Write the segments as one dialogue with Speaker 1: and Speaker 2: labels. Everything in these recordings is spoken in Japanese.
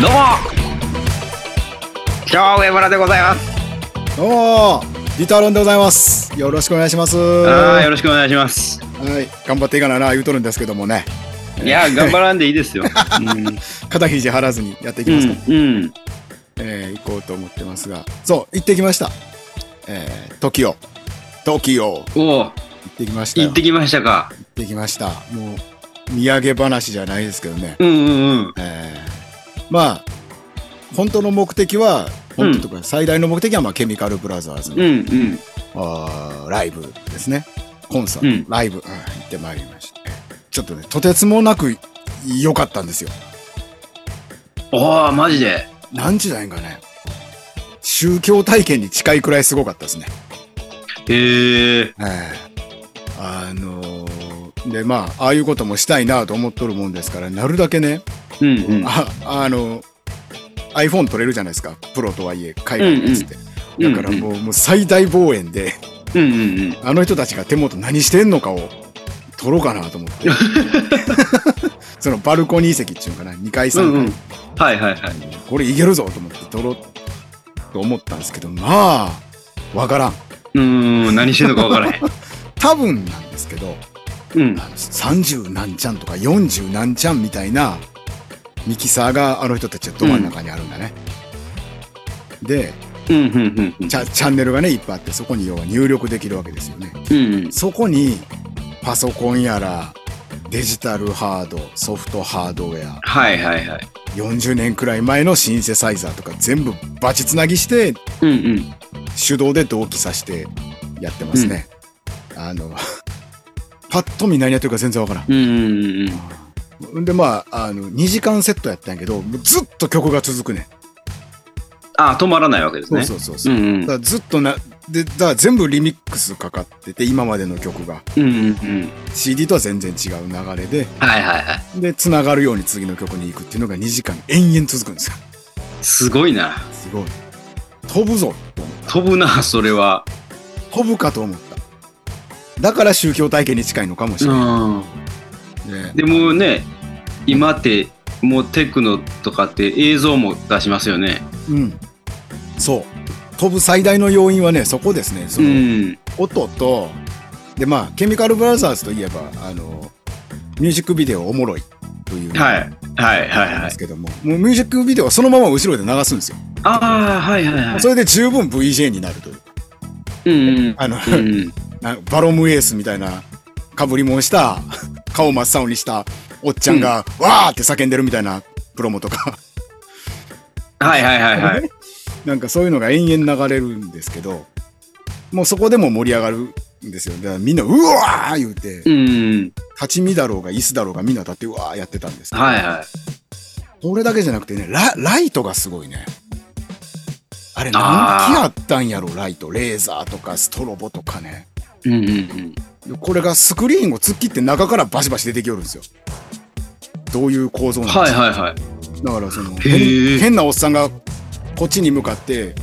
Speaker 1: どうも今日上村でございます
Speaker 2: どうもリターロンでございますよろしくお願いします
Speaker 1: あーよ
Speaker 2: は
Speaker 1: ろしくお願いします
Speaker 2: い頑張っていかなな言うとるんですけどもね
Speaker 1: いや頑張らんでいい ですようん
Speaker 2: 肩肘張らずにやっていき
Speaker 1: う
Speaker 2: ますか、
Speaker 1: ん、うん、
Speaker 2: えー行こうと思ってますがそう行ってきましたえー、時を時を行
Speaker 1: おお
Speaker 2: ってきましたよ
Speaker 1: 行ってきましたか
Speaker 2: 行ってきましたもう土産話じゃないですけどね
Speaker 1: うんうんうん
Speaker 2: えー、まあ本当の目的は本当とか最大の目的はまあケミカルブラザーズの
Speaker 1: うんうん
Speaker 2: あーライブですねコンサ
Speaker 1: う
Speaker 2: ー
Speaker 1: ん
Speaker 2: ト、ライブ、うん行ってまいりましたちょっとねとてつもなく良かったんですよ
Speaker 1: おおマジで
Speaker 2: 何時代かね宗教体験に近いくらいすごかったですね
Speaker 1: へえ
Speaker 2: あのーでまあああいうこともしたいなと思っとるもんですからなるだけね、
Speaker 1: うんうん
Speaker 2: ああの iPhone 撮れるじゃないですかプロとはいえ海外のやつって、
Speaker 1: うんうん
Speaker 2: だからもう,、もう最大望遠で
Speaker 1: うんうんうん
Speaker 2: あの人たちが手元何してんのかを撮ろうかなと思 って。そのバルコニー席っていうのかな、2階
Speaker 1: う
Speaker 2: 3階、
Speaker 1: んうんはいはいはい
Speaker 2: これいけるぞと思って撮ろうと思ったんですけど、まあ、わからん。
Speaker 1: うーん何してんのか分からへん
Speaker 2: 多分なんですけど、
Speaker 1: うん
Speaker 2: あの30何ちゃんとか40何ちゃんみたいなミキサーがあの人たちはど真ん中にあるんだね。で
Speaker 1: うんうんうんうん
Speaker 2: チャ、チャンネルがね、いっぱいあって、そこに要は入力できるわけですよね。
Speaker 1: うん
Speaker 2: そこにパソコンやらデジタルハードソフトハードウェア
Speaker 1: はいはいはい
Speaker 2: 40年くらい前のシンセサイザーとか全部バチつなぎして
Speaker 1: うんうん
Speaker 2: 手動で同期させてやってますね、あの パッと見何やってるか全然わから
Speaker 1: うんうんうん
Speaker 2: んんでまああの2時間セットやったんやけどもうずっと曲が続くね
Speaker 1: あー止まらないわけです
Speaker 2: そう
Speaker 1: ね
Speaker 2: そうそうそう、
Speaker 1: うんうん
Speaker 2: だからずっとなでだから全部リミックスかかってて今までの曲が
Speaker 1: うんうんうん
Speaker 2: CD とは全然違う流れで
Speaker 1: はいはいはい
Speaker 2: で、つながるように次の曲に行くっていうのが2時間延々続くんですよ。
Speaker 1: すごいな
Speaker 2: すごい。飛ぶぞと思っ
Speaker 1: 飛ぶなそれは
Speaker 2: た。飛ぶかと思った。だから宗教体験に近いのかもしれない。ね
Speaker 1: でもね今ってもうテクノとかって映像も出しますよね
Speaker 2: うん。そう。飛ぶ最大の要因はね、そこですね。そうの、
Speaker 1: ん
Speaker 2: 音と、で、まあ、ケミカルブラザーズといえば、あの、ミュージックビデオおもろいというのが
Speaker 1: はいはいはい
Speaker 2: あるん
Speaker 1: は
Speaker 2: で
Speaker 1: い
Speaker 2: すけども、もうミュージックビデオはそのまま後ろで流すんですよ。
Speaker 1: ああはいはいはい
Speaker 2: それで十分 VJ になるという。
Speaker 1: うんうん
Speaker 2: あの、
Speaker 1: うん
Speaker 2: なバロムエースみたいなかぶりもんした 顔真っ青にしたおっちゃんが、わーって叫んでるみたいなプロモとか
Speaker 1: はいはいはいはい
Speaker 2: なんかそういうのが延々流れるんですけどもうそこでも盛り上がるんですよだからみんな「うわー!」言うて、
Speaker 1: うん
Speaker 2: 立ち見だろうが椅子だろうがみんな立ってうわーやってたんですけど、
Speaker 1: はいはい
Speaker 2: これだけじゃなくてねラライトがすごいねあれ何機あったんやろライトレーザーとかストロボとかね
Speaker 1: うんうんうん
Speaker 2: これがスクリーンを突っ切って中からバシバシ出てきよるんですよ。どういう構造なんですか、
Speaker 1: はいはいはい
Speaker 2: だからその
Speaker 1: へー
Speaker 2: 変変なおっさんがこっちに向かって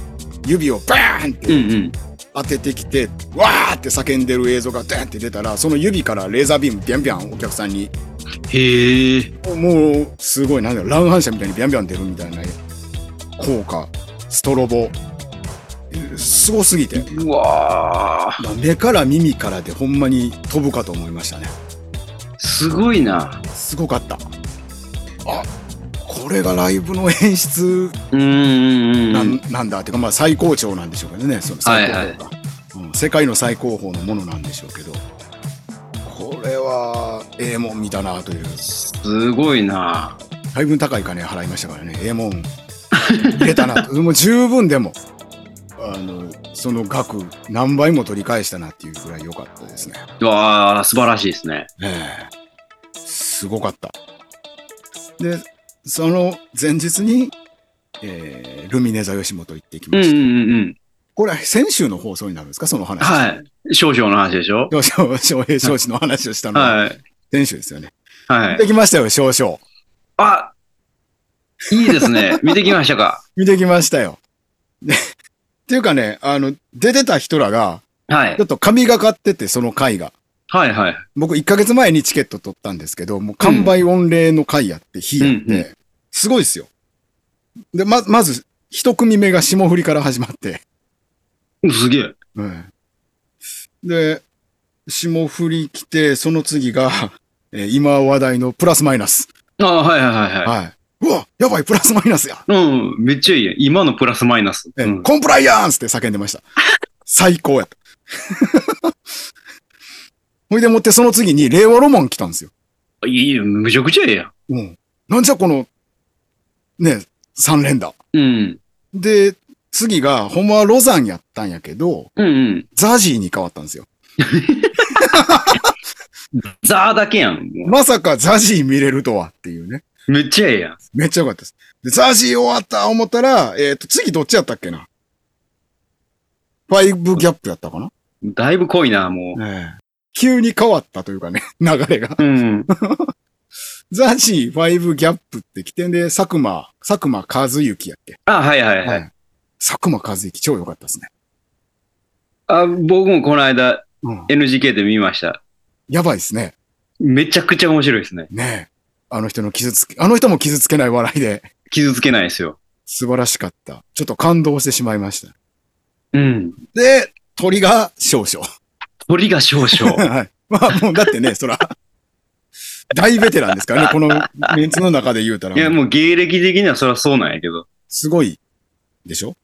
Speaker 2: 指をバーンって
Speaker 1: うんうん
Speaker 2: 当ててきて、わーって叫んでる映像がダーンって出たらその指からレーザービームビャンビャンお客さんに
Speaker 1: へえ
Speaker 2: もうすごいなんだろう乱反射みたいにビャンビャン出るみたいな効果ストロボすごすぎて
Speaker 1: うわー
Speaker 2: 目から耳からでほんまに飛ぶかと思いましたね。
Speaker 1: すごいな
Speaker 2: すごかったあこれがライブの演出
Speaker 1: うんうんう
Speaker 2: なん,、
Speaker 1: ん
Speaker 2: なんだっていうか、まあ、最高潮なんでしょうけどねその最高峰が、うん世界の最高峰のものなんでしょうけどこれはええもん見たなという
Speaker 1: すごいな
Speaker 2: だいぶ高い金払いましたからねええもん入れたな ともう十分でもあのその額何倍も取り返したなっていうくらい良かったですね、
Speaker 1: うわー素晴らしいですね
Speaker 2: ええすごかった。で、その前日に、えールミネ座吉本行ってき
Speaker 1: う
Speaker 2: ま
Speaker 1: んう
Speaker 2: し
Speaker 1: ん
Speaker 2: た。
Speaker 1: うんうん
Speaker 2: これは先週の放送になるんですかその話。
Speaker 1: はい少々の話でしょ
Speaker 2: い。翔平少子の話をしたのは
Speaker 1: はい
Speaker 2: 先週ですよね。
Speaker 1: は
Speaker 2: 見
Speaker 1: い
Speaker 2: てきましたよ、少々。
Speaker 1: あいいですね。見てきましたか。
Speaker 2: 見てきましたよ。でっていうかね、あの、出てた人らが、
Speaker 1: はい
Speaker 2: ちょ。っと神がかってて、その回が。
Speaker 1: はいはい。
Speaker 2: 僕1ヶ月前にチケット取ったんですけど、もう完売御礼の回やって、日やって、
Speaker 1: うんうん
Speaker 2: すごいですよ。で、ま、まず、一組目が霜降りから始まって、
Speaker 1: うんすげえ。
Speaker 2: うんで、霜降り来て、その次が、えー今話題のプラスマイナス。
Speaker 1: ああ、はいはいはいはい。
Speaker 2: はい。うわ、やばい、プラスマイナスや。
Speaker 1: うん、めっちゃいいやん。今のプラスマイナス。
Speaker 2: え
Speaker 1: うん、
Speaker 2: コンプライアンスって叫んでま した。最高やった。 ほいでもって、その次に令和ロマン来たんですよ。
Speaker 1: いいよ、めちゃくちゃええやん。
Speaker 2: うん。なんじゃこの、ね、三連打。
Speaker 1: うん。
Speaker 2: で、次が、ほんまはロザンやったんやけど、
Speaker 1: うんうん。
Speaker 2: ザジーに変わったんですよ。
Speaker 1: ザーだけやん。も
Speaker 2: まさかザジー見れるとはっていうね。
Speaker 1: うめっちゃええやん。
Speaker 2: めっちゃ良かったです。で、ザジー終わった思ったら、えっ、と、次どっちやったっけなファイブギャップやったかな、
Speaker 1: だいぶ濃いな、も
Speaker 2: 急に変わったというかね、 流れが。
Speaker 1: う。うん。
Speaker 2: ザジーファイブギャップって起点で、佐久間、佐久間和幸やっけ、
Speaker 1: あ、はいはいはい。
Speaker 2: い佐久間和幸超良かったですね。
Speaker 1: あ僕もこの間
Speaker 2: うん。
Speaker 1: NGK で見ました。
Speaker 2: やばいですね。
Speaker 1: めちゃくちゃ面白いですね。
Speaker 2: ねえ。あの人の傷つけ、あの人も傷つけない笑いで、
Speaker 1: 傷つけないですよ。
Speaker 2: 素晴らしかった。ちょっと感動してしまいました。
Speaker 1: うん。
Speaker 2: で、鳥が少々。
Speaker 1: 鳥が少 々。
Speaker 2: はい。まあもうだってね、そら、大ベテランですからね、このメンツの中で言うたら。
Speaker 1: いや、もう芸歴的にはそりゃそうなんやけど。
Speaker 2: すごいでしょ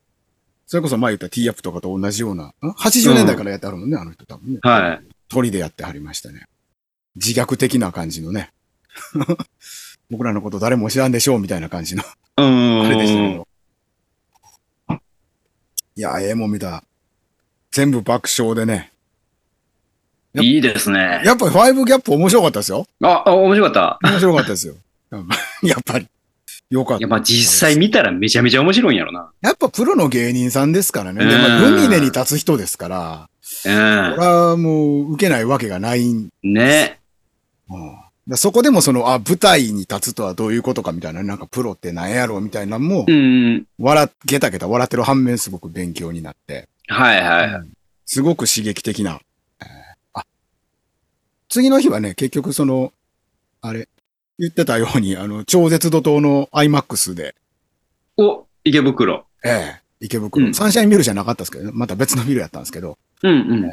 Speaker 2: それこそ前言った t アップとかと同じような、ん ?80 年代からやってはるもんね、あの人多分ね。
Speaker 1: はい。
Speaker 2: 鳥でやってはりましたね。自虐的な感じのね。 僕らのこと誰も知らんでしょうみたいな感じの、
Speaker 1: う
Speaker 2: あれでしたけ
Speaker 1: ん。
Speaker 2: ど。いや、ええもん見た。全部爆笑でね。
Speaker 1: いいですね。
Speaker 2: やっぱりファイブギャップ面白かったですよ。
Speaker 1: あ、あ面白かっ。
Speaker 2: 面白かったですよ。やっぱ やっぱり。よかった
Speaker 1: い
Speaker 2: た
Speaker 1: や、。まあ実際見たらめちゃめちゃ面白いんやろな。
Speaker 2: やっぱプロの芸人さんですからね。で、まあ、
Speaker 1: うん
Speaker 2: ルミネに立つ人ですから。これはもう受けないわけがないん。
Speaker 1: うん。ね。
Speaker 2: うんだそこでもその、あ、舞台に立つとはどういうことかみたいな、なんかプロってなんやろうみたいなのも
Speaker 1: う、ん。
Speaker 2: 笑っ、ゲタゲタ笑ってる反面すごく勉強になって、
Speaker 1: はいはい。
Speaker 2: すごく刺激的な。えーあ、次の日はね、結局その、あれ、言ってたように、あの、超絶怒涛の IMAX で、
Speaker 1: お、池袋。
Speaker 2: ええ池袋、
Speaker 1: うん
Speaker 2: サンシャインビルじゃなかったですけどね、また別のビルやったんですけど、
Speaker 1: うんうん。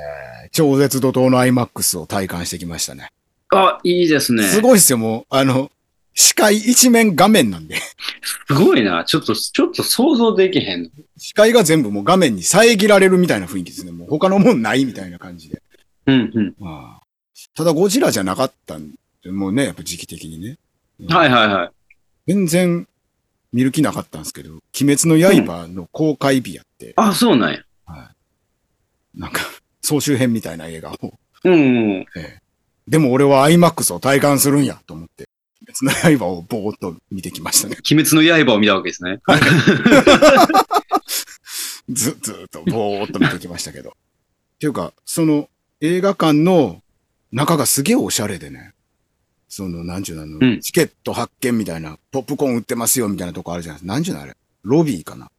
Speaker 2: 超絶怒涛の IMAX を体感してきましたね。
Speaker 1: あ、いいですね。
Speaker 2: す
Speaker 1: す
Speaker 2: ごいですよ、もう。あの、視界一面画面なんで。
Speaker 1: ごいな。ちょっと、ちょっと想像できへん。
Speaker 2: 視界が全部もう画面に遮られるみたいな雰囲気ですね。もう他のもんないみたいな感じで。
Speaker 1: うんうん。
Speaker 2: まあ、ただゴジラじゃなかったんで、もうね、やっぱ時期的にね。
Speaker 1: はいはいはい。
Speaker 2: 全然見る気なかったんですけど、鬼滅の刃の公開日やって、
Speaker 1: あ、そうなんや。
Speaker 2: なんか、総集編みたいな映画を。
Speaker 1: うんうん。
Speaker 2: でも俺は IMAX を体感するんやと思って、鬼滅の刃をぼーっと見てきましたね。
Speaker 1: 鬼滅の刃を見たわけですね。
Speaker 2: ず、ずーっとぼーっと見てきましたけど。っていうか、その映画館の中がすげえおしゃれでね。その、なんちゅうのあの、
Speaker 1: うん
Speaker 2: チケット発見みたいな、ポップコーン売ってますよみたいなとこあるじゃないですか。なんちゅうのあれ。ロビーかな。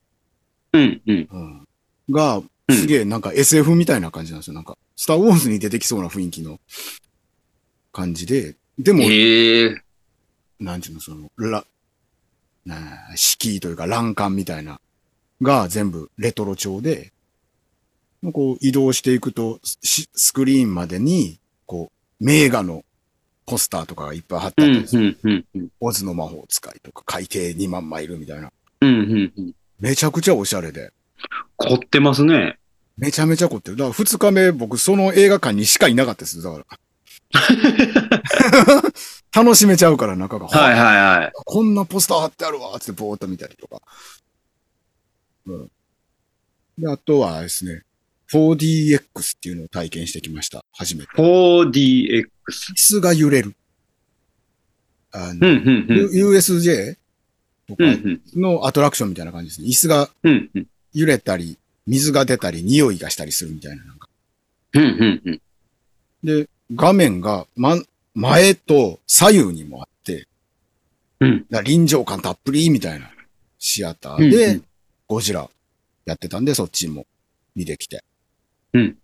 Speaker 1: うんうん。
Speaker 2: うん。が、すげえなんか SF みたいな感じなんですよ。なんか、スターウォーズに出てきそうな雰囲気の感じで。でも、
Speaker 1: へえ。
Speaker 2: なんちゅうの、その、ら、なあ敷居というか欄干みたいな、が全部レトロ調で、こう移動していくと、しスクリーンまでに、こう、名画のポスターとかがいっぱい貼って
Speaker 1: う
Speaker 2: あっ
Speaker 1: ん
Speaker 2: たりす
Speaker 1: う
Speaker 2: る。
Speaker 1: んうんうん。
Speaker 2: オズの魔法使いとか、海底2万枚いるみたいな。
Speaker 1: うんうんうん。
Speaker 2: めちゃくちゃおしゃれで。
Speaker 1: 凝ってますね。
Speaker 2: めちゃめちゃ凝ってる。だから二日目僕その映画館にしかいなかったです。 だから。楽しめちゃうから中が。
Speaker 1: はいはいはい。
Speaker 2: こんなポスター貼ってあるわーっつってぼーっと見たりとか。うん。で、あとはあれですね、4DX っていうのを体験してきました。初めて。
Speaker 1: 4DX。
Speaker 2: 椅子が揺れる。あ
Speaker 1: うん
Speaker 2: の、
Speaker 1: うんうん。
Speaker 2: U- USJ とか
Speaker 1: うんうん
Speaker 2: のアトラクションみたいな感じですね。椅子が
Speaker 1: うんうん。
Speaker 2: 揺れたり、水が出たり、匂いがしたりするみたいな。なんか
Speaker 1: うんうんうん。
Speaker 2: で、画面が、ま、前と左右にもあって、
Speaker 1: うん
Speaker 2: だから臨場感たっぷりみたいなシアター
Speaker 1: うんう
Speaker 2: で
Speaker 1: ん、
Speaker 2: ゴジラやってたんで、そっちも見てきて。
Speaker 1: うん。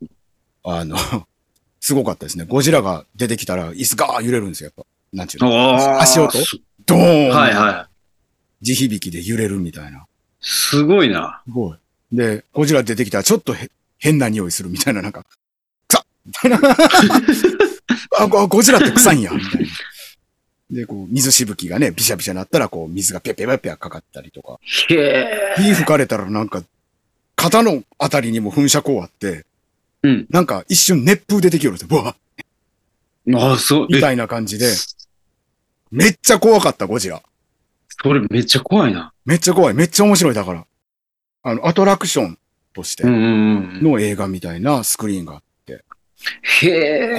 Speaker 2: あの、 すごかったですね。ゴジラが出てきたら椅子が揺れるんですよ、やっぱ。なんちゅうの
Speaker 1: おー
Speaker 2: 足音
Speaker 1: す
Speaker 2: ドーン
Speaker 1: はいは
Speaker 2: 地響きで揺れるみたいな。
Speaker 1: すごいな。
Speaker 2: すごい。で、ゴジラ出てきたらちょっとへ変な匂いするみたいな、なんか、臭っみたいな。あ、ゴゴジラって臭いんや、みたいな。で、こう、水しぶきがね、ビシャビシャなったら、こう、水がピャピャピャピャかかったりとか。
Speaker 1: へえ。
Speaker 2: 火吹かれたらなんか、肩のあたりにも噴射口あって、
Speaker 1: うん
Speaker 2: なんか一瞬熱風出てきよるんですよ。うわ
Speaker 1: あ、そう。
Speaker 2: み
Speaker 1: え、
Speaker 2: たいな感じで、めっちゃ怖かった、ゴジラ。
Speaker 1: それめっちゃ怖いな。
Speaker 2: めっちゃ怖い。めっちゃ面白い、だから。あの、アトラクションとして
Speaker 1: うんうんうん。
Speaker 2: の映画みたいなスクリーンが。
Speaker 1: へ
Speaker 2: こ
Speaker 1: え。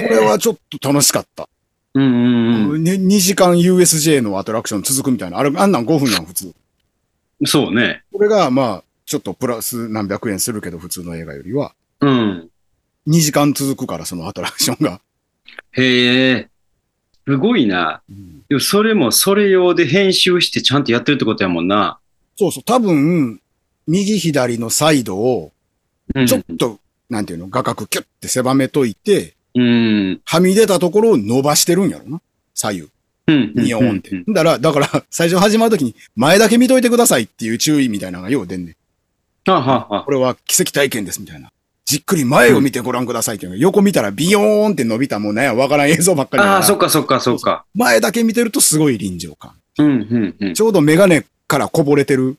Speaker 2: れはちょっと楽しかった。
Speaker 1: うんうんうん。
Speaker 2: ね、2時間 USJ のアトラクション続くみたいな。あれ、あんなん5分なん普通。
Speaker 1: そうね。
Speaker 2: これが、まあ、ちょっとプラス何百円するけど、普通の映画よりは。
Speaker 1: うん。
Speaker 2: 2時間続くから、そのアトラクションが。
Speaker 1: へえ。すごいな。でもそれもそれ用で編集してちゃんとやってるってことやもんな。
Speaker 2: そうそう。多分、右左のサイドを、
Speaker 1: うん。
Speaker 2: ちょっと、なんていうの、画角キュッて狭めといて、
Speaker 1: うん。
Speaker 2: はみ出たところを伸ばしてるんやろな。左右。
Speaker 1: うん。
Speaker 2: ニヨーンっ
Speaker 1: う
Speaker 2: て
Speaker 1: ん。。
Speaker 2: だから、だから、最初始まるときに、前だけ見といてくださいっていう注意みたいなのがよう出んねん。
Speaker 1: あはは
Speaker 2: こ。れは奇跡体験ですみたいな。じっくり前を見てご覧くださいっていうのが、横見たらビヨーンって伸びたもうなんやわからん映像ばっかりだから
Speaker 1: ああ、そっかそっかそっか。
Speaker 2: 前だけ見てるとすごい臨場感。
Speaker 1: うんうんうん。
Speaker 2: ちょうどメガネからこぼれてる、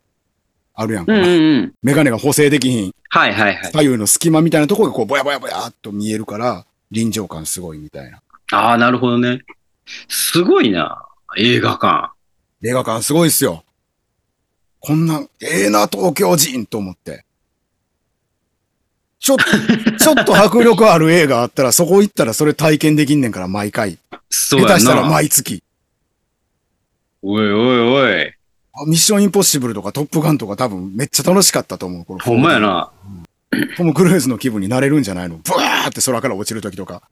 Speaker 2: あるやんか。
Speaker 1: うんうんうん。
Speaker 2: メガネが補正できひん
Speaker 1: はいはいはい。
Speaker 2: 左右の隙間みたいなところがこう、ぼやぼやぼやっと見えるから、臨場感すごいみたいな。
Speaker 1: ああ、なるほどね。すごいな。映画館。
Speaker 2: 映画館すごいっすよ。こんなん、ええな、東京人と思って。ちょっと、ちょっと迫力ある映画あったら、そこ行ったらそれ体験できんねんから、毎回。
Speaker 1: そう
Speaker 2: 下
Speaker 1: や
Speaker 2: 手したら
Speaker 1: な。
Speaker 2: 毎月。
Speaker 1: おいおいおい。
Speaker 2: あミッションインポッシブルとかトップガンとか多分めっちゃ楽しかったと思う。この
Speaker 1: ほんまやな。
Speaker 2: トム・クルーズの気分になれるんじゃないのブワーって空から落ちる時とか。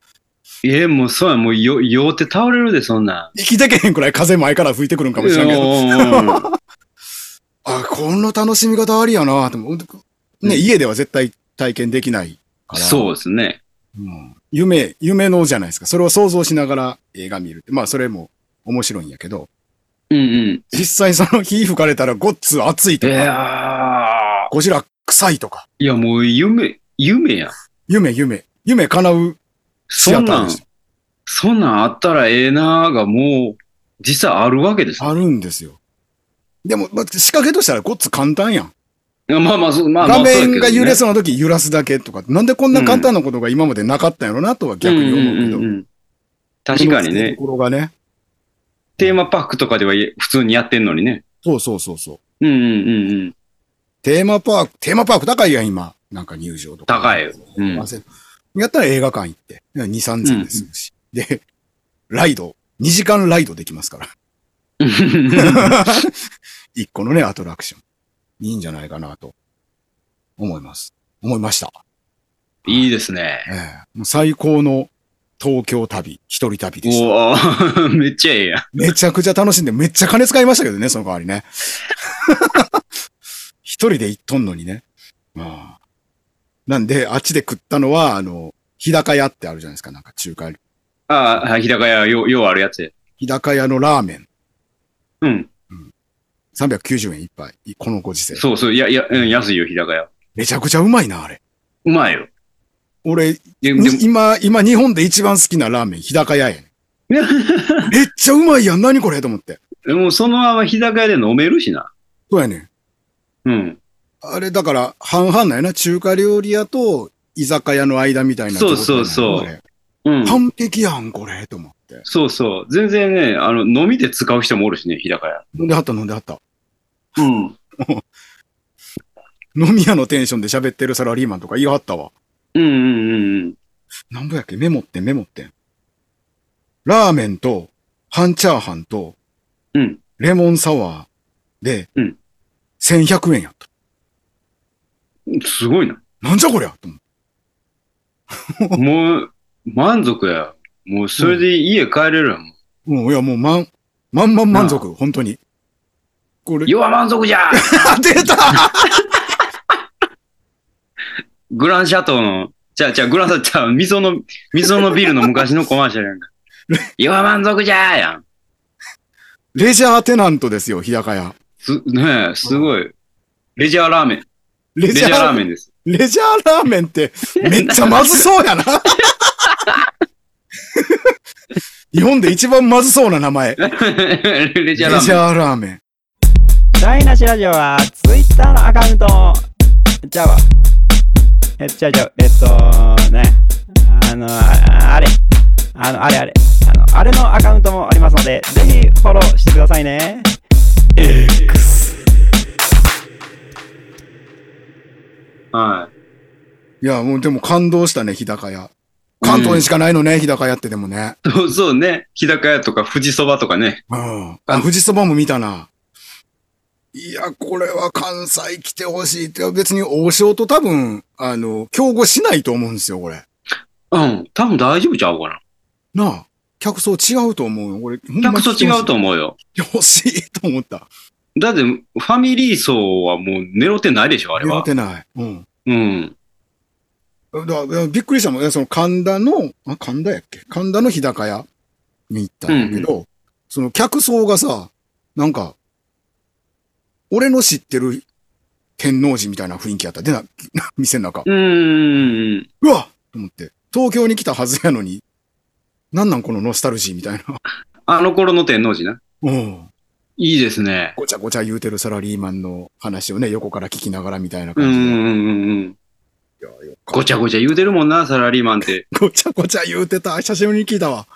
Speaker 1: ええもうそうや。もうよ、酔って倒れるで、そんなん。
Speaker 2: 生きてけへんくらい風前から吹いてくるんかもしれんけど。
Speaker 1: うんうんうん
Speaker 2: あ、この楽しみ方ありやなと思う。ね、
Speaker 1: うん
Speaker 2: 家では絶対体験できないから。
Speaker 1: そうですね。
Speaker 2: うん夢、夢のじゃないですか。それを想像しながら映画見るって。まあ、それも面白いんやけど、
Speaker 1: うんうん。
Speaker 2: 実際その火吹かれたらごっつ熱い
Speaker 1: い
Speaker 2: とか、
Speaker 1: や
Speaker 2: ゴジラ臭いとか、
Speaker 1: ーいや、もう夢、夢や。
Speaker 2: 夢、夢、夢叶うシ
Speaker 1: そ
Speaker 2: ア
Speaker 1: ん
Speaker 2: タ
Speaker 1: な
Speaker 2: ー
Speaker 1: ん
Speaker 2: で、し
Speaker 1: そんなんあったらええなーがもう、実際あるわけです。
Speaker 2: た。あるんですよ。でも、まあ、仕掛けとしたらごっつ簡単やん。
Speaker 1: まあまあ、そうまあまあ、
Speaker 2: 画
Speaker 1: そうや
Speaker 2: 面
Speaker 1: けど
Speaker 2: が
Speaker 1: ね
Speaker 2: 揺れそうな時揺らすだけとか、なんでこんな簡単なことが今までなかったんやろなとは逆に思うけど。
Speaker 1: んんんん確かにね
Speaker 2: と、ころがね。
Speaker 1: テーマパークとかでは普通にやってんのにね。
Speaker 2: そうそうそうそう。
Speaker 1: うんうんうんうん。
Speaker 2: テーマパーク、テーマパーク高いやん、今。なんか入場とか。
Speaker 1: 高いよ。うん。
Speaker 2: 忘れたやったら映画館行って、2、3千円でするし。で、ライド、2時間ライドできますから。1個のね、アトラクション。いいんじゃないかなと、思います。思いました。
Speaker 1: いいですね。
Speaker 2: ええもう最高の東京旅、一人旅でした。
Speaker 1: おお めっちゃええやん。
Speaker 2: めちゃくちゃ楽しんで、めっちゃ金使いましたけどね、その代わりね。 一人で行っとんのにね。まあ、なんで、あっちで食ったのは、あの、日高屋ってあるじゃないですか、なんか中華料理。
Speaker 1: ああ、はい日高屋、よう、ようあるやつ。
Speaker 2: 日高屋のラーメン、
Speaker 1: うん。
Speaker 2: 390円一杯。いこのご時世。
Speaker 1: そうそう。いや、いや、うん安いよ、日高屋。
Speaker 2: めちゃくちゃうまいな、あれ。
Speaker 1: うまいよ。
Speaker 2: 俺、
Speaker 1: ででも
Speaker 2: に今、今日本で一番好きなラーメン、日高屋や ねん。めっちゃうまいやん、何これと思って。
Speaker 1: でもそのまま日高屋で飲めるしな。
Speaker 2: そうやねん。
Speaker 1: うん。
Speaker 2: あれ、だから、半々なんやな。中華料理屋と居酒屋の間みたいなとこなんやな。
Speaker 1: そうそうそう
Speaker 2: あれ
Speaker 1: うん。
Speaker 2: 完璧やん、これ、と思って。
Speaker 1: そうそう。全然ね、あの、飲みで使う人もおるしね、日高屋。
Speaker 2: 飲んではった、飲んではった。
Speaker 1: うん。
Speaker 2: 飲み屋のテンションで喋ってるサラリーマンとか言いはったわ。
Speaker 1: うんうんうんうん。
Speaker 2: なんぼやっけメモってんメモってん。ラーメンと、半チャーハンと、
Speaker 1: うん。
Speaker 2: レモンサワーで、
Speaker 1: うん
Speaker 2: 1100円やった。
Speaker 1: すごい な。
Speaker 2: なんじゃこりゃと思って
Speaker 1: もう、満足や。もう、それで家帰れるやん。
Speaker 2: うん、いや、もう、まん、まんまん満足、本当に。これ、
Speaker 1: 要は満足じ ゃ
Speaker 2: あ出 た
Speaker 1: グランシャトーの、じゃあ、じゃあ、グランシャトーちゃう、溝の、溝のビルの昔のコマーシャル やんか。要は満足じゃーやん。
Speaker 2: レジャーテナントですよ、日高屋。
Speaker 1: す、ねえ、すごい。レジャーラーメン。
Speaker 2: レ
Speaker 1: レジャーラーメンです。
Speaker 2: レジャーラーメンってめっちゃまずそう やな。日本で一番まずそうな名前。レ
Speaker 1: レ
Speaker 2: ジ
Speaker 1: ジ
Speaker 2: ャ
Speaker 1: ャ
Speaker 2: ー
Speaker 1: ーラ
Speaker 2: ラ
Speaker 1: ーメン。
Speaker 2: ーメン。
Speaker 3: 台無しラジオはツイッターのアカウントじゃあえじゃあじゃあえっとねあのああれあのあれあれあのあれのアカウントもありますのでぜひフォローしてくださいね
Speaker 1: はい
Speaker 2: や、もうでも感動したね、日高屋。関東にしかないのね、日高屋ってでもね。
Speaker 1: い。そうそうね。日高屋とか富士そばとかね。
Speaker 2: うん。あ、富士そばも見たな。いや、これは関西来てほしいって、別に王将と多分、あの、競合しないと思うんですよ、これ。
Speaker 1: うん。多分大丈夫ちゃうかな。
Speaker 2: なあ。客層違うと思うよ。俺、ほんま
Speaker 1: 客
Speaker 2: 来
Speaker 1: と
Speaker 2: て
Speaker 1: 違
Speaker 2: ほし
Speaker 1: うと思うよ。
Speaker 2: い。欲しいと思った。
Speaker 1: だって、ファミリー層はもう狙ってないでしょ、あれ
Speaker 2: 狙っ
Speaker 1: は。
Speaker 2: てない。うん。
Speaker 1: うん。
Speaker 2: だからびっくりしたもん。いやその神田の、あ、神田やっけ神田の日高屋に行ったんだけど、その客層がさ、なんか、俺の知ってる天王寺みたいな雰囲気やった。でな、 店の中。
Speaker 1: うーん。
Speaker 2: うわっと思って。東京に来たはずやのに、なんなんこのノスタルジーみたいな。
Speaker 1: あの頃の天王寺な。
Speaker 2: うん。
Speaker 1: いいですね。
Speaker 2: ごちゃごちゃ言うてるサラリーマンの話をね、横から聞きながらみたいな
Speaker 1: うん
Speaker 2: 感
Speaker 1: う
Speaker 2: じで。
Speaker 1: んうんうん。
Speaker 2: いやよかった
Speaker 1: ごちゃごちゃ言うてるもんな、サラリーマンって。
Speaker 2: ごちゃごちゃ言うてた。久しぶりに聞いたわ。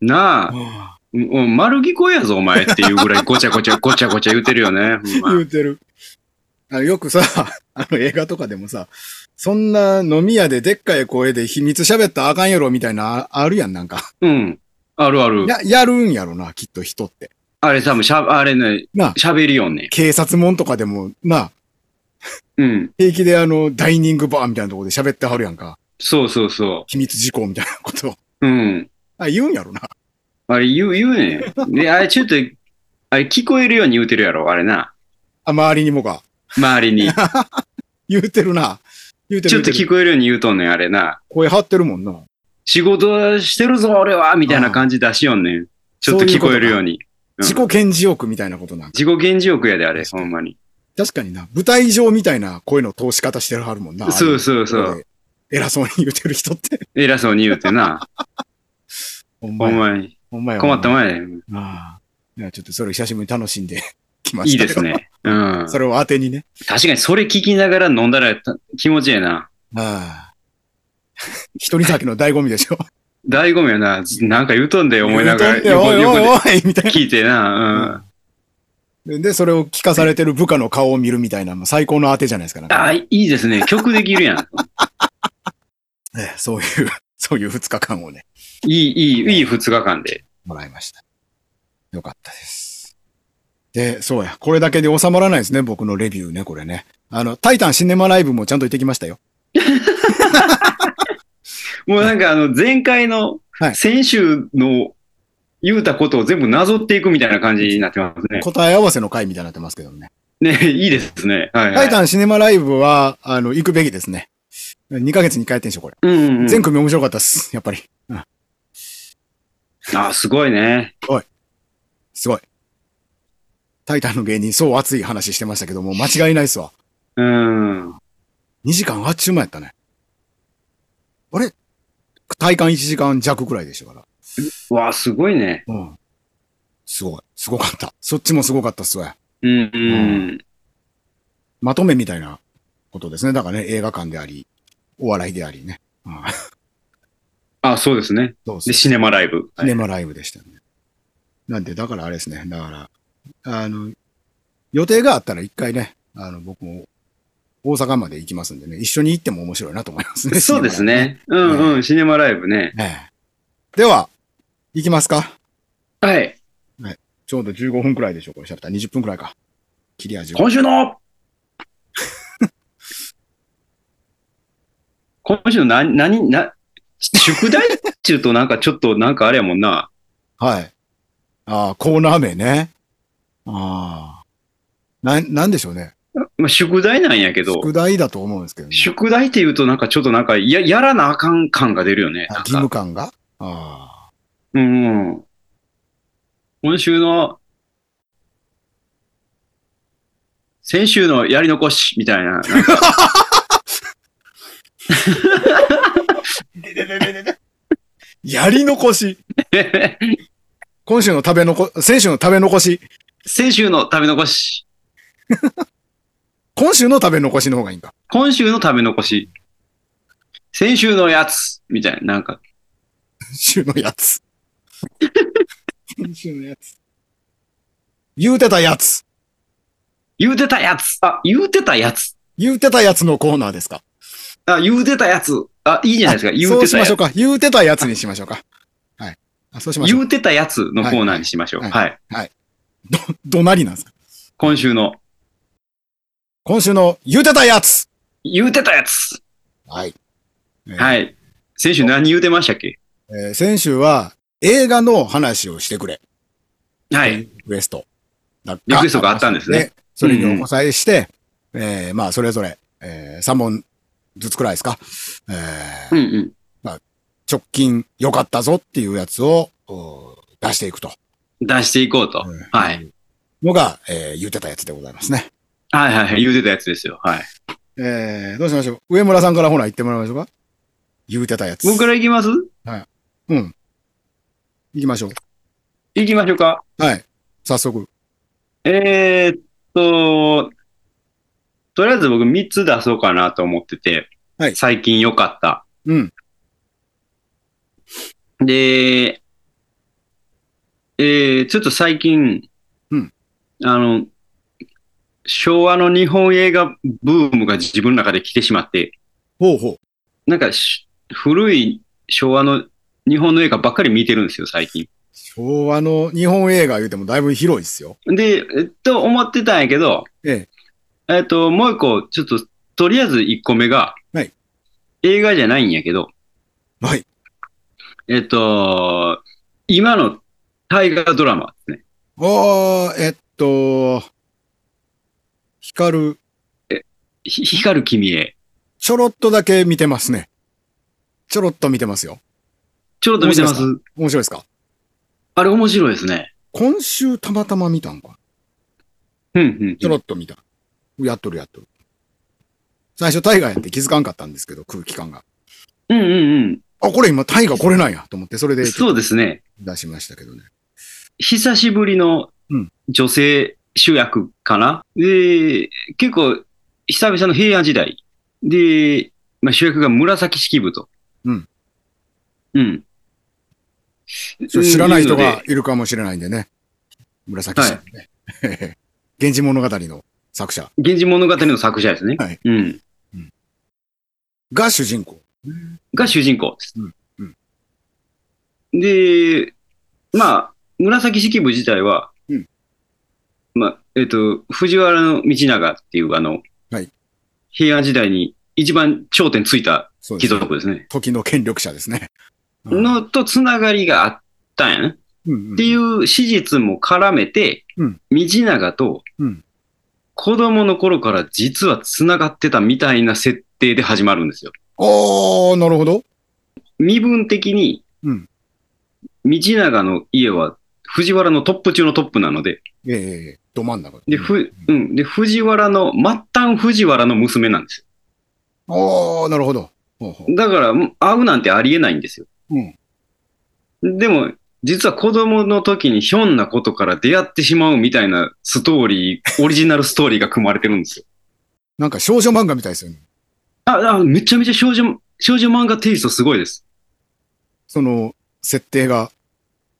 Speaker 1: なあ、
Speaker 2: うん
Speaker 1: もう丸聞こえやぞ、お前っていうぐらいごちゃごちゃ、ごちゃごちゃ言うてるよね。ほんま
Speaker 2: 言うてる。あのよくさ、 あの映画とかでもさ、そんな飲み屋ででっかい声で秘密喋ったらあかんやろみたいなああるやん、なんか。
Speaker 1: うん。あるある。
Speaker 2: や、やるんやろな、きっと人って。
Speaker 1: あれ多分しゃ、あれね、
Speaker 2: なあ
Speaker 1: 喋りよんね。
Speaker 2: 警察門とかでも、な、
Speaker 1: うん。
Speaker 2: 平気であの、ダイニングバーみたいなとこで喋ってはるやんか。
Speaker 1: そうそうそ
Speaker 2: 秘密事項みたいなことを。
Speaker 1: う。うん。
Speaker 2: あ、言うんやろな。
Speaker 1: あれ言う、言うねん。で、あれちょっと、あれ聞こえるように言うてるやろ、あれな。
Speaker 2: あ、周りにもか。
Speaker 1: 周り に。
Speaker 2: 言うてるな。言うて
Speaker 1: ちょ
Speaker 2: る。言う
Speaker 1: っと
Speaker 2: てる
Speaker 1: 聞こえるように言うとんねん、あれな。
Speaker 2: 声張ってるもんな。
Speaker 1: 仕事してるぞ、俺はみたいな感じ出しよんねん。ちょっと聞こえるように。うん
Speaker 2: 自己顕示欲みたいなことなん。
Speaker 1: 自己現示欲やで、あれ、ほんまに。
Speaker 2: 確かにな、舞台上みたいな声の通し方してはるもんな。
Speaker 1: そうそうそう。。
Speaker 2: 偉そうに言うてる人っ て。
Speaker 1: 偉そうに言うてな。
Speaker 2: ほんま
Speaker 1: ほん
Speaker 2: や。
Speaker 1: まに。
Speaker 2: ほんまや。
Speaker 1: 困った
Speaker 2: ん。
Speaker 1: まえ。
Speaker 2: ああ。いや、ちょっとそれを久しぶりに楽しんで きま
Speaker 1: い
Speaker 2: し
Speaker 1: い
Speaker 2: た。
Speaker 1: です。ね。うん。
Speaker 2: それを当てにね。
Speaker 1: 確かにそれ聞きながら飲んだらた気持ちええな。
Speaker 2: ああ。一人酒の醍醐味でしょ。
Speaker 1: 醍醐味やな。ずなんか言うとんで思いながら
Speaker 2: 言うとん
Speaker 1: 横
Speaker 2: ねおいおいお
Speaker 1: 横
Speaker 2: いみた
Speaker 1: で
Speaker 2: い
Speaker 1: 聞いてな。
Speaker 2: な。で、それを聞かされてる部下の顔を見るみたいな、もう最高の当てじゃないですか。なん
Speaker 1: うん。あ
Speaker 2: か
Speaker 1: あ、いいですね。曲できるや ん。
Speaker 2: ええそういう、そういう二日間をね、
Speaker 1: いい、いい、いい二日間で。
Speaker 2: もらいました。よかったです。で、そうや。これだけで収まらないですね。僕のレビューね、これね。あの、タイタンシネマライブもちゃんと行ってきましたよ。
Speaker 1: もうなんかあの、前回の
Speaker 2: は、い
Speaker 1: 先週の言うたことを全部なぞっていくみたいな感じになってますね。
Speaker 2: 答え合わせの回みたいになってますけどね。
Speaker 1: ね、いいですね。はい、は
Speaker 2: タ
Speaker 1: い。
Speaker 2: イタンシネマライブは、あの、行くべきですね。2ヶ月に1回やってんでしょ、これ。
Speaker 1: うんうんうん
Speaker 2: 全組面白かったっす。やっぱり。
Speaker 1: あ、すごいね。
Speaker 2: すごい。タイタンの芸人、そう熱い話してましたけども、間違いないっすわ。
Speaker 1: うん。
Speaker 2: 2時間あっちゅう間やったね。あれ体感1時間弱くらいでしたから。
Speaker 1: わあ、すごいね。
Speaker 2: うん。すごい。すごかった。そっちもすごかったっすわ。
Speaker 1: うん、う。
Speaker 2: うんまとめみたいなことですね。だからね、映画館であり、お笑いでありね。うん。
Speaker 1: あ、そうですね。
Speaker 2: どうす
Speaker 1: で、
Speaker 2: る
Speaker 1: シネマライブ。
Speaker 2: シネマライブでしたね。なんで、だからあれですね。だから、あの、予定があったら一回ね、あの、僕も大阪まで行きますんでね、一緒に行っても面白いなと思いますね。
Speaker 1: そうですね。うんうん、シネマライブね。
Speaker 2: シネマライブ。ええでは、行きますか。
Speaker 1: はい。
Speaker 2: ちょうど15分くらいでしょう、これ喋ったら。20分くらいか。切り味
Speaker 1: 今 週の今週の何、何、な、宿題っていうとなんかちょっとなんかあれやもんな。
Speaker 2: はい。ああ、コーナー名ね。ああ。な、なんでしょうね。
Speaker 1: まあ、宿題なんやけど、
Speaker 2: 宿題だと思うんですけどね。
Speaker 1: 宿題っていうとなんかちょっとなんかややらなあかん感が出るよね。
Speaker 2: あ
Speaker 1: なん
Speaker 2: 義
Speaker 1: か
Speaker 2: 務感がああ。
Speaker 1: うんうん。今週の先週のやり残し、みた いな。
Speaker 2: やり残し。今週の食べ残、先週の食べ残し。
Speaker 1: 先週の食べ残し。
Speaker 2: 今週の食べ残しの方がいいんか。
Speaker 1: 今週の食べ残し。先週のやつ、みたいな。なんか、
Speaker 2: 今週のや つ。今週のやつ。言うてたやつ。
Speaker 1: 言うてたやつ。あ、言うてたやつ。
Speaker 2: 言うてたやつのコーナーですか。
Speaker 1: あ、言うてたやつ。あ、いいじゃないですか。言
Speaker 2: そうう
Speaker 1: て
Speaker 2: したま
Speaker 1: や
Speaker 2: しょ
Speaker 1: つ
Speaker 2: う。か。言うてたやつにしましょうか。はい。あそうしましょ
Speaker 1: 言
Speaker 2: う。
Speaker 1: うてたやつのコーナーにしましょう。
Speaker 2: は
Speaker 1: はいい。
Speaker 2: ど、どなりなんですか
Speaker 1: 今週の、
Speaker 2: 今週の言うてたやつ。
Speaker 1: 言うてたやつ。
Speaker 2: はい。えー
Speaker 1: はい。先週何言うてましたっけ
Speaker 2: えー先週は映画の話をしてくれ。
Speaker 1: はい。
Speaker 2: リクエスト。だ
Speaker 1: リクエストがあったんですね。
Speaker 2: それにお答えして、えーまあ、それぞれ、え3本ずつくらいですか。えー
Speaker 1: うんうん。
Speaker 2: 直近良かったぞっていうやつをおー出していくと。
Speaker 1: 出していこうと。
Speaker 2: うん
Speaker 1: はい。
Speaker 2: のが、えー言ってたやつでございますね。
Speaker 1: はいはいはい。言うてたやつですよ。はい。
Speaker 2: えーどうしましょう。上村さんからほら言ってもらいましょうか。言うてたやつ。
Speaker 1: 僕から行きます
Speaker 2: うん。行きましょ
Speaker 1: 行きましょうか。
Speaker 2: う。はい。早速。
Speaker 1: えーっと、とりあえず僕3つ出そうかなと思ってて、
Speaker 2: はい
Speaker 1: 最近良かった。
Speaker 2: うん。
Speaker 1: で、えー、ちょっと最近、
Speaker 2: うん
Speaker 1: あの、昭和の日本映画ブームが自分の中で来てしまって、
Speaker 2: ほうほう。
Speaker 1: なんかし古い昭和の日本の映画ばっかり見てるんですよ、最近。
Speaker 2: 昭和の日本映画言うてもだいぶ広いっすよ。
Speaker 1: で、えっと思ってたんやけど、
Speaker 2: え
Speaker 1: えっと、もう一個、ちょっと、とりあえず一個目が、
Speaker 2: はい
Speaker 1: 映画じゃないんやけど、
Speaker 2: はい。
Speaker 1: えっと、今の大河ドラマですね。
Speaker 2: ああ、えっと、光る、
Speaker 1: ひ光る君へ。
Speaker 2: ちょろっとだけ見てますね。ちょろっと見てますよ。
Speaker 1: ちょっと見てます。
Speaker 2: 面白いですか
Speaker 1: あれ面白いですね。
Speaker 2: 今週たまたま見たんか。
Speaker 1: うんうん
Speaker 2: ちょろっと見た。やっとるやっとる。最初タイガーやって気づかんかったんですけど、空気感が。
Speaker 1: うん。うんうん
Speaker 2: あ、これ今タイガーこれなんやと思って、それ
Speaker 1: う
Speaker 2: で
Speaker 1: ん。そうですね。
Speaker 2: 出しましたけどね。
Speaker 1: 久しぶりの
Speaker 2: うん
Speaker 1: 女性主役かな。で、結構、久々の平安時代。で、まあ、主役が紫式部と。
Speaker 2: うん。
Speaker 1: うん。
Speaker 2: それ知らない人
Speaker 1: うの
Speaker 2: が
Speaker 1: で。
Speaker 2: いるかもしれないんでね。紫氏、ね。 源氏物語の作者
Speaker 1: 源氏物語の作者ですね。
Speaker 2: はい
Speaker 1: うん。
Speaker 2: が主人公。
Speaker 1: が主人公です。
Speaker 2: うんうん
Speaker 1: で、まあ、紫式部自体は、
Speaker 2: うん
Speaker 1: まあ、えっ、と、藤原道長っていう、あの、
Speaker 2: はい
Speaker 1: 平安時代に一番頂点ついた
Speaker 2: そうで
Speaker 1: 貴
Speaker 2: すね。
Speaker 1: 族ですね。
Speaker 2: 時の権力者ですね。うん
Speaker 1: のとつながりがあったんやね。
Speaker 2: うんうん
Speaker 1: っていう史実も絡めて、
Speaker 2: うん
Speaker 1: 道長と
Speaker 2: うん
Speaker 1: 子供の頃から実はつながってたみたいな設定で始まるんですよ。
Speaker 2: ああ、なるほど。
Speaker 1: 身分的に、
Speaker 2: うん
Speaker 1: 道長の家は藤原のトップ中のトップなので、
Speaker 2: ええど真ん中。
Speaker 1: で、ふ、うん、で、藤原の、末端藤原の娘なんです
Speaker 2: ああ、なるほど。ほうほう
Speaker 1: よ。だから、うん会うなんてありえないんですよ。
Speaker 2: うん
Speaker 1: でも、実は子供の時にひょんなことから出会ってしまうみたいなストーリー、オリジナルストーリーが組まれてるんですよ。
Speaker 2: なんか少女漫画みたいですよね。
Speaker 1: あ、あめちゃめちゃ少女、少女漫画テイストすごいです。
Speaker 2: その、設定が、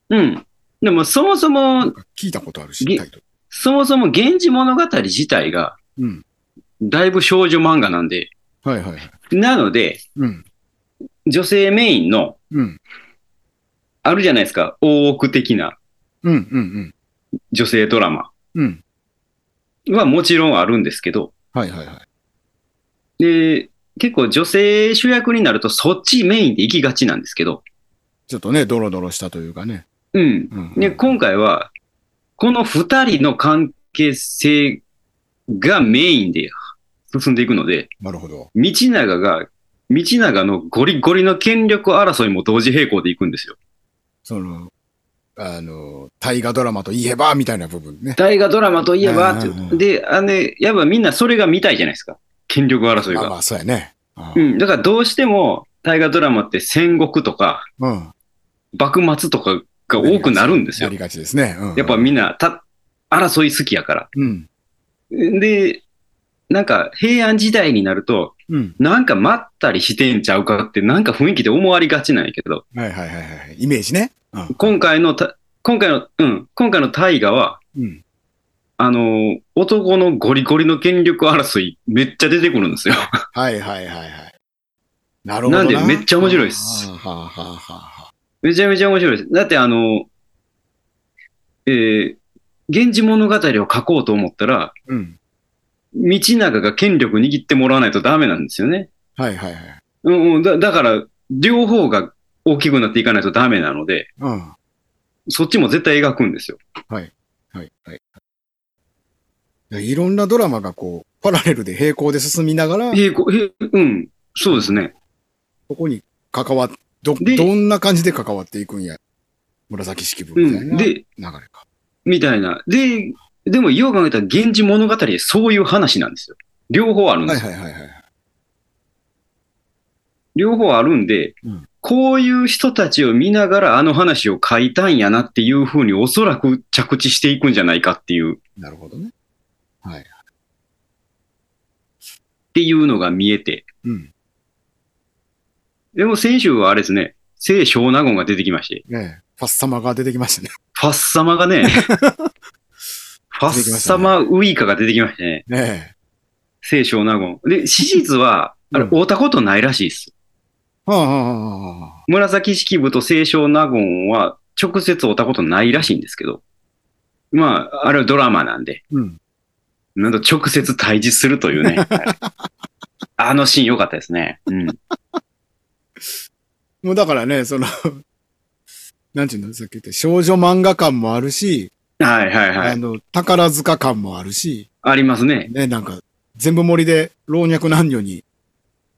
Speaker 1: うん。でも、そもそ
Speaker 2: なん
Speaker 1: も、
Speaker 2: か聞いたことあるし、
Speaker 1: ぎ
Speaker 2: タイトル。
Speaker 1: そもそも、源氏物語自体が、
Speaker 2: うん。
Speaker 1: だいぶ少女漫画なんで、
Speaker 2: はいはいはい。
Speaker 1: なので、
Speaker 2: うん。
Speaker 1: 女性メインの、
Speaker 2: うん。
Speaker 1: あるじゃないですか、大奥的な
Speaker 2: うんうん
Speaker 1: 女性ドラマ
Speaker 2: うん。うん。
Speaker 1: はもちろんあるんですけど、
Speaker 2: はいはいはい。
Speaker 1: で、結構女性主役になるとそっちメインで行きがちなんですけど、
Speaker 2: ちょっとね、ドロドロしたというかね。
Speaker 1: うん。
Speaker 2: うん、
Speaker 1: で、今回は、この二人の関係性がメインで進んでいくので、
Speaker 2: なるほど。
Speaker 1: 道長が、道長のゴリゴリの権力争いも同時並行でいくんですよ。
Speaker 2: その、あの、大河ドラマといえば、みたいな部分ね。
Speaker 1: 大河ドラマといえばって
Speaker 2: うんうんうん
Speaker 1: で、あのね、やっぱみんなそれが見たいじゃないですか。権力争い
Speaker 2: まあ
Speaker 1: が。
Speaker 2: まあ、そうやね。あ
Speaker 1: うん。だからどうしても、大河ドラマって戦国とか、
Speaker 2: うん。
Speaker 1: 幕末とかが多くなるんです
Speaker 2: や
Speaker 1: よ
Speaker 2: り。がちですね。うん
Speaker 1: やっぱみんな、た、争い好きやから。
Speaker 2: うん。
Speaker 1: で、なんか平安時代になると、
Speaker 2: うん。
Speaker 1: なんかまったりしてんちゃうかって、なんか雰囲気で思われがちなんやけど、
Speaker 2: はいはいはいはい。イメージね。うん
Speaker 1: 今回のた、今回の、うん、今回の大河は、
Speaker 2: うん。
Speaker 1: あのー男のゴリゴリの権力争い、めっちゃ出てくるんですよ。
Speaker 2: はいはいはいはい。なるほどな。
Speaker 1: なんでめっちゃ面白いっす
Speaker 2: はあはあはあはあ
Speaker 1: めちゃめちゃ面白いです。だってあのーえー、源氏物語を書こうと思ったら、
Speaker 2: うん。
Speaker 1: 道長が権力握ってもらわないとダメなんですよね。
Speaker 2: はいはいはい。
Speaker 1: うんうん、だだから、両方が大きくなっていかないとダメなので、
Speaker 2: うん。
Speaker 1: そっちも絶対描くんですよ。
Speaker 2: はい、はい。いろんなドラマがこう、パラレルで並行で進みながら、
Speaker 1: 平行、平うん、そうですね。
Speaker 2: そこに関わっ、ど、
Speaker 1: で。
Speaker 2: どんな感じで関わっていくんや。紫式部みたいうなん流れ
Speaker 1: で、
Speaker 2: か。
Speaker 1: みたいな。で、でも、よう考えたら、源氏物語でそういう話なんですよ。両方あるんで
Speaker 2: は
Speaker 1: す
Speaker 2: い
Speaker 1: よ。
Speaker 2: はいはいはい。
Speaker 1: 両方あるんで、
Speaker 2: うん
Speaker 1: こういう人たちを見ながら、あの話を書いたんやなっていうふうに、おそらく着地していくんじゃないかっていう、っ
Speaker 2: なるほどね。
Speaker 1: ていうのが見えて。
Speaker 2: うん。
Speaker 1: でも、先週はあれですね、聖小納言が出てきまして、
Speaker 2: ねえファッサマが出てきましたね。
Speaker 1: ファッサマ がね、ファッ
Speaker 2: てきましたね
Speaker 1: サマウイカが出てきましたね。
Speaker 2: ねえ。
Speaker 1: 聖小納言。で、史実は、あれ、
Speaker 2: うん
Speaker 1: 会ったことないらしいです。
Speaker 2: はあはあはあはあ。
Speaker 1: 紫式部と清少納言は直接会ったことないらしいんですけど、まあ、あれはドラマなんで、
Speaker 2: うん。
Speaker 1: なんと直接対峙するという ね。はいあのシーン良かったですね。うん。
Speaker 2: もうだからね、その、 なんていうのさっき言った少女漫画感もあるし、
Speaker 1: はいはいは
Speaker 2: あ
Speaker 1: い。
Speaker 2: の、宝塚感もあるし、
Speaker 1: ありますね。
Speaker 2: ね、なんか、全部盛りで老若男女に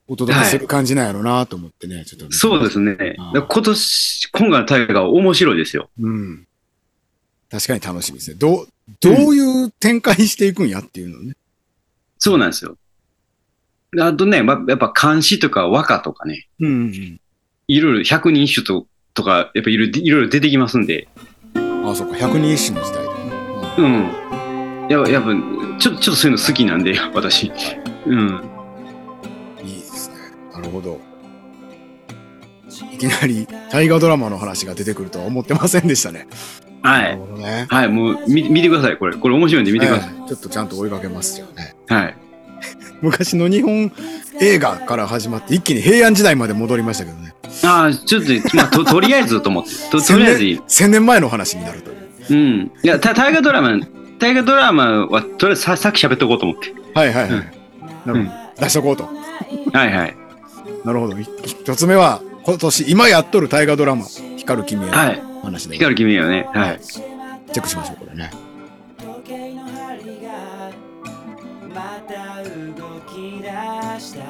Speaker 2: お届けする感じなんやろうなと思ってね、ちょっと見て。
Speaker 1: そうですね。だから今年、今回の大会が面白いですよ。
Speaker 2: うん。確かに楽しみですね。どう、どういう展開していくんやっていうのね。
Speaker 1: そうなんですよ。であとね、まやっぱ漢詩とか和歌とかね、
Speaker 2: うん、うん
Speaker 1: いろいろ百人一首ととか、やっぱいろいろいろいろ出てきますんで、
Speaker 2: うん。あ、そっか、百人一首の時代だね。
Speaker 1: うん。やっぱ、やっぱちょっと、ちょっとそういうの好きなんで、私。うん。
Speaker 2: うんいいですね。なるほど。いきなり大河ドラマの話が出てくるとは思ってませんでしたね。
Speaker 1: は
Speaker 2: ないる。ほどね。
Speaker 1: はい、もう、見見てください、これ。これ面白いんで見てください。
Speaker 2: ええちょっとちゃんと追いかけますよね。
Speaker 1: はい。
Speaker 2: 昔の日本映画から始まって一気に平安時代まで戻りましたけどね。
Speaker 1: ああ、ちょっと、まあ、と、とりあえずと思って。と、とりあえずいい。
Speaker 2: 1000年前の話になるという。
Speaker 1: うん。いや、た大河ドラマ、大河ドラマは、とりあえずささっき喋っとこうと思って。
Speaker 2: はいはいはい。な
Speaker 1: ん
Speaker 2: るほど。出しとこうと。
Speaker 1: はいはい。
Speaker 2: なるほど。い一つ目は、今年、今やっとる大河ドラマ、光る君への
Speaker 1: はい。
Speaker 2: 話で、
Speaker 1: 光る君よね。はい。
Speaker 2: チェックしましょう、これね。
Speaker 4: 時計の針がまた動き出した